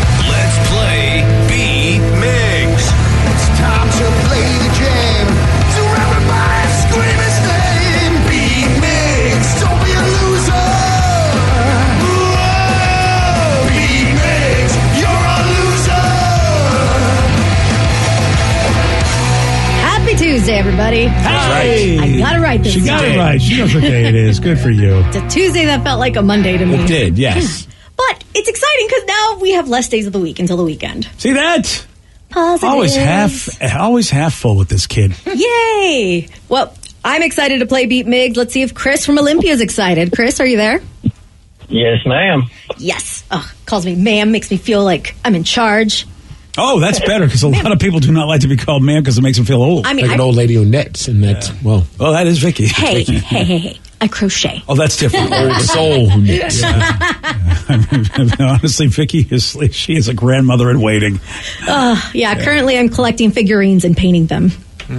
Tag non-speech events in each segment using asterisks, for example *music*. Let's play B Migs. It's time to play the game. So everybody scream his name. B Migs. Don't be a loser. Whoa. B Migs. You're a loser. Happy Tuesday, everybody. Hey. I got it right this She got time. it right. She knows what day it is. Good for you. It's a Tuesday that felt like a Monday to me. *laughs* It did, yes. But it's exciting because now we have less days of the week until the weekend. See that? Positive. Always half, always half full with this kid. Yay. Well, I'm excited to play Beat Migs. Let's see if Chris from Olympia is excited. Chris, are you there? Yes, ma'am. Yes. Oh, calls me ma'am, makes me feel like I'm in charge. Oh, that's better because a lot of people do not like to be called ma'am because it makes them feel old. I mean, like I, an old lady who knits, and that's well, oh, that is Vicky. hey, hey, hey, hey. I crochet. *laughs* Oh, *laughs* that's different. or the soul who knits. *laughs* Honestly, Vicky is she is a grandmother in waiting. Yeah, currently I'm collecting figurines and painting them.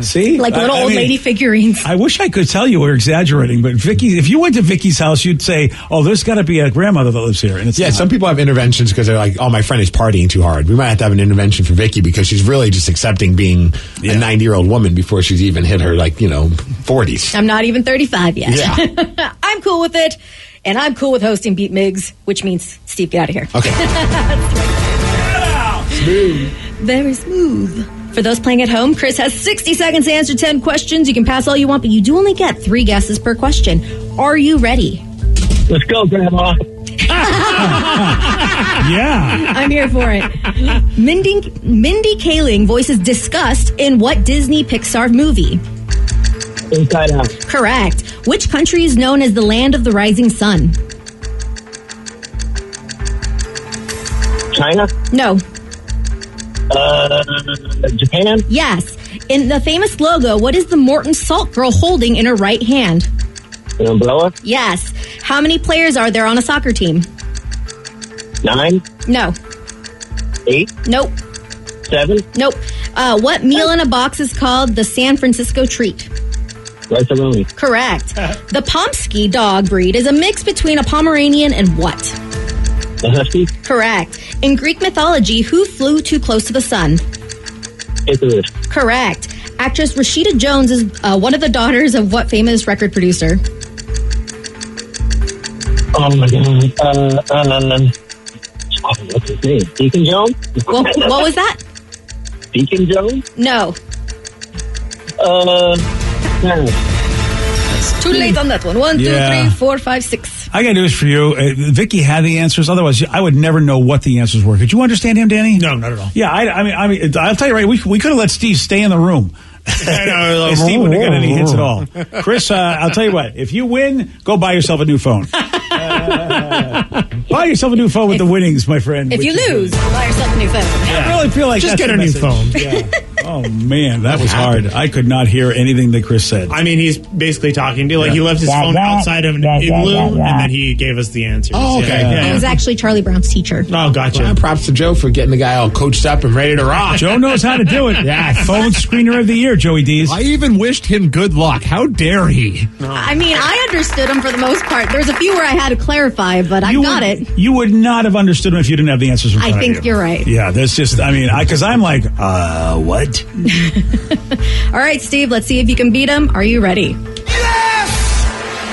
See, Like I- little I old mean, lady figurines. I wish I could tell you we're exaggerating, but Vicky, if you went to Vicky's house, you'd say, "Oh, there's got to be a grandmother that lives here." And it's Yeah, not. some people have interventions because they're like, "Oh, my friend is partying too hard." We might have to have an intervention for Vicky because she's really just accepting being Yeah. a ninety-year-old woman before she's even hit her like you know forties. I'm not even 35 yet. Yeah. *laughs* I'm cool with it. And I'm cool with hosting Beat Migs, which means Steve, get out of here. *laughs* Okay, Very smooth. For those playing at home, Chris has 60 seconds to answer 10 questions. You can pass all you want, but you do only get three guesses per question. Are you ready? Let's go, Grandma. *laughs* yeah. *laughs* I'm here for it. Mindy, Mindy Kaling voices disgust in what Disney Pixar movie? Inside out. Correct. Which country is known as the land of the rising sun? China. No. Uh, Japan. Yes. In the famous logo, what is the Morton Salt Girl holding in her right hand? An umbrella. Yes. How many players are there on a soccer team? Nine. No. Eight. Nope. Seven. Nope. Uh, what meal in a box is called the San Francisco treat? *laughs* Rice-A-Roni. Correct. The Pomsky dog breed is a mix between a Pomeranian and what? The Husky. Correct. In Greek mythology, who flew too close to the sun? Icarus. Correct. Actress Rashida Jones is uh, one of the daughters of what famous record producer? Oh, my God. Uh, uh, uh, uh. Oh, what's his name? Deacon Jones? Well, what was that? Deacon Jones? No. Uh, no. Too late on that one. One, two, Yeah. three, four, five, six. I got news for you. Uh, Vicky had the answers. Otherwise, I would never know what the answers were. Could you understand him, Danny? No, not at all. Yeah, I, I mean, I mean, I'll tell you right. We, we could have let Steve stay in the room. And Steve wouldn't have got any hits at all. *laughs* Chris, uh, I'll tell you what. If you win, go buy yourself a *laughs* new phone. Uh, buy yourself a new phone with the winnings, my friend. If which you is- lose, buy yourself a new phone. I really feel like Just that's get the a new message. phone. Yeah. *laughs* Oh man, that was hard. I could not hear anything that Chris said. I mean, he's basically talking to you. Like, he left his Wah, phone wah, outside of an wah, wah, igloo, wah, wah. and then he gave us the answers. Oh, okay. Yeah. I yeah, was yeah. actually Charlie Brown's teacher. Oh, gotcha. props to Joe for getting the guy all coached up and ready to rock. Joe knows how to do *laughs* it. Yeah, phone screener of the year, Joey D's. I even wished him good luck. How dare he? I mean, I understood him for the most part. There's a few where I had to clarify, but I got would, it. You would not have understood him if you didn't have the answers. In I front of think you. you're right. Yeah, that's just. I mean, because I'm like, uh, what? All right, Steve, let's see if you can beat him. Are you ready? Yes!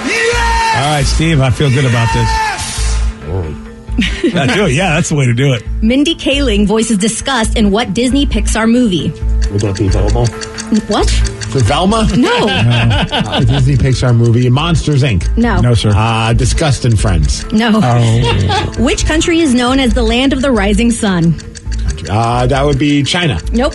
Yes! All right, Steve, I feel good about *laughs* this. Yeah, do it. Yeah, that's the way to do it. Mindy Kaling voices disgust in what Disney Pixar movie? Would that be Velma? What? For *laughs* Velma, No, uh, the Disney Pixar movie, Monsters Inc. no, Oh. No, sir. Uh, Disgusting Friends. no. Which country is known as the land of the rising sun? Uh, that would be China. Nope.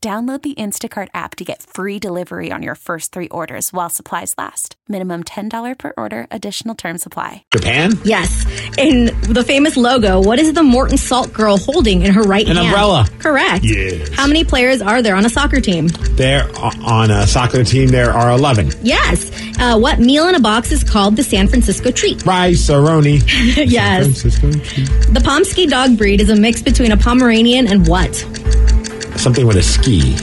Download the Instacart app to get free delivery on your first three orders while supplies last. Minimum $10 per order, additional term supply. Japan? Yes. And the famous logo, what is the Morton Salt girl holding in her right An hand? umbrella. Correct. Yes. How many players are there on a soccer team? There on a soccer team, there are 11. Yes. Uh, what meal in a box is called the San Francisco treat? *laughs* Rice, Aroni. yes. The Pomsky dog breed is a mix between a Pomeranian and what? Something with a *laughs* ski.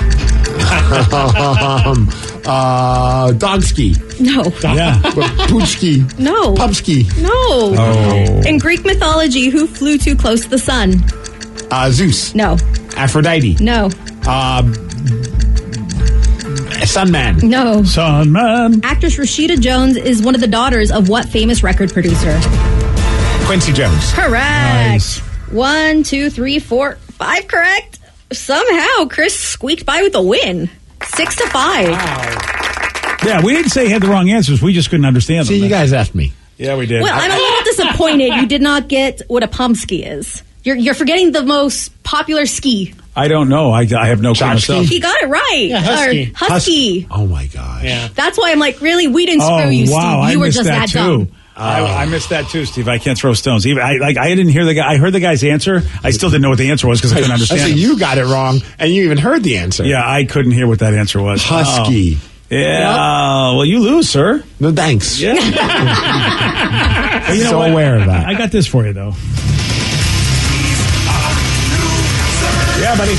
um, uh, dog ski. No. *laughs* Yeah. Pooch ski. No. Pub ski. No. Oh. In Greek mythology, who flew too close to the sun? Uh, Zeus. No. Aphrodite. No. Uh, Sunman. No. Son, man. Actress Rashida Jones is one of the daughters of what famous record producer? Quincy Jones. Correct. Nice. One, two, three, four, five. Correct. Somehow, Chris squeaked by with a win. Six to five. Yeah, we didn't say he had the wrong answers. We just couldn't understand them. See, you guys effed me. yeah, we did. Well, I'm a little disappointed you did not get what a pomsky is. You're, you're forgetting the most popular ski. I don't know. I, I have no clue Tchotchke? myself. He got it right. Yeah, husky. Or husky. Oh my gosh. Yeah. That's why I'm like, really, we didn't screw Oh you, wow! Steve. You I were missed just that, that, too. Uh, dumb. I, I missed that too, Steve. I can't throw stones. Even I like I didn't hear the guy. I heard the guy's answer. I still didn't know what the answer was because I couldn't I understand. say him. you got it wrong, and you even heard the answer. Yeah, I couldn't hear what that answer was. Husky. Oh. Yeah. Well, you lose, sir. No *laughs* thanks. Yeah. I'm You know so what? aware of that. I got this for you though. Yeah, buddy.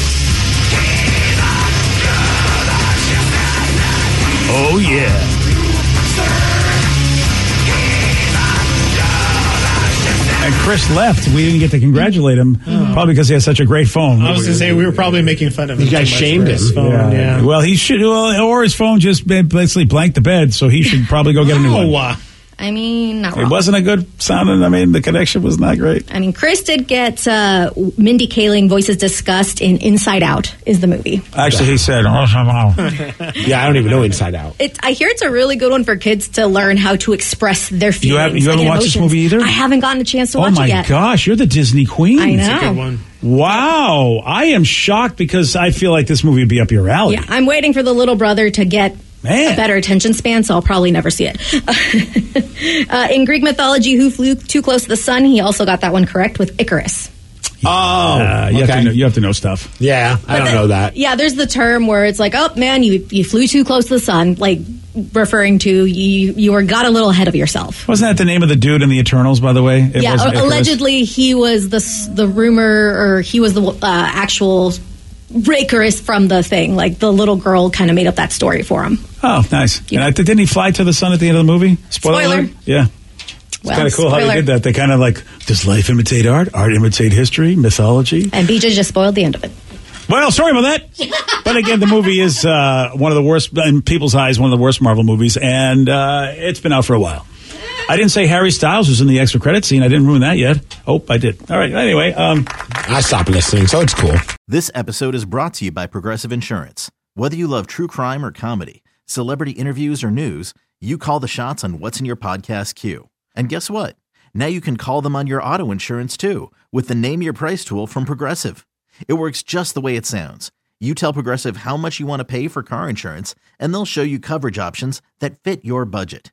Oh yeah. And Chris left. We didn't get to congratulate him, probably because he has such a great phone. Oh. I was going to say, we were probably making fun of him. You guys too much shamed for his him. phone, Yeah. Well, he should. Well, or his phone just ba- basically blanked the bed, so he should probably *laughs* go get a new Oh, one. wow. I mean, not It wrong. wasn't a good sounding. I mean, the connection was not great. I mean, Chris did get uh, Mindy Kaling voices discussed in Inside Out is the movie. Actually, he said, "Oh, *laughs* somehow." Yeah, I don't even know Inside Out. It, I hear it's a really good one for kids to learn how to express their feelings. You have- you haven't like, and watched this emotions. movie either? I haven't gotten a chance to "Oh watch it my yet. gosh, you're the Disney queen." I It's a know. good one. Wow, I am shocked because I feel like this movie would be up your alley. Yeah, I'm waiting for the little brother to get Man. a better attention span, so I'll probably never see it. *laughs* uh, in Greek mythology, who flew too close to the sun? He also got that one correct with Icarus. Oh, Uh, you, have okay. to know, you have to know stuff. yeah, I don't know that. Yeah, there's the term where it's like, oh man, you you flew too close to the sun, like referring to you you were got a little ahead of yourself. Wasn't that the name of the dude in the Eternals? By the way, it yeah, wasn't or Icarus? allegedly he was the s- the rumor, or he was the uh, actual Icarus from the thing. Like the little girl kind of made up that story for him. Oh, nice. And I, didn't he fly to the sun at the end of the movie? Spoiler. Spoiler. alert? Yeah. Well, kind of cool how spoiler. they did that. They kind of like, does life imitate art? Art imitate history, mythology. And BJ just spoiled the end of it. Well, sorry about *laughs* that. But again, the movie is uh, one of the worst in people's eyes, one of the worst Marvel movies, and uh, it's been out for a while. I didn't say Harry Styles was in the extra credit scene. I didn't ruin that yet. Oh, I did. All right. Anyway, um, I stopped listening, so it's cool. This episode is brought to you by Progressive Insurance. Whether you love true crime or comedy, celebrity interviews or news, you call the shots on what's in your podcast queue. And guess what? Now you can call them on your auto insurance too with the Name Your Price tool from Progressive. It works just the way it sounds. You tell Progressive how much you want to pay for car insurance, and they'll show you coverage options that fit your budget.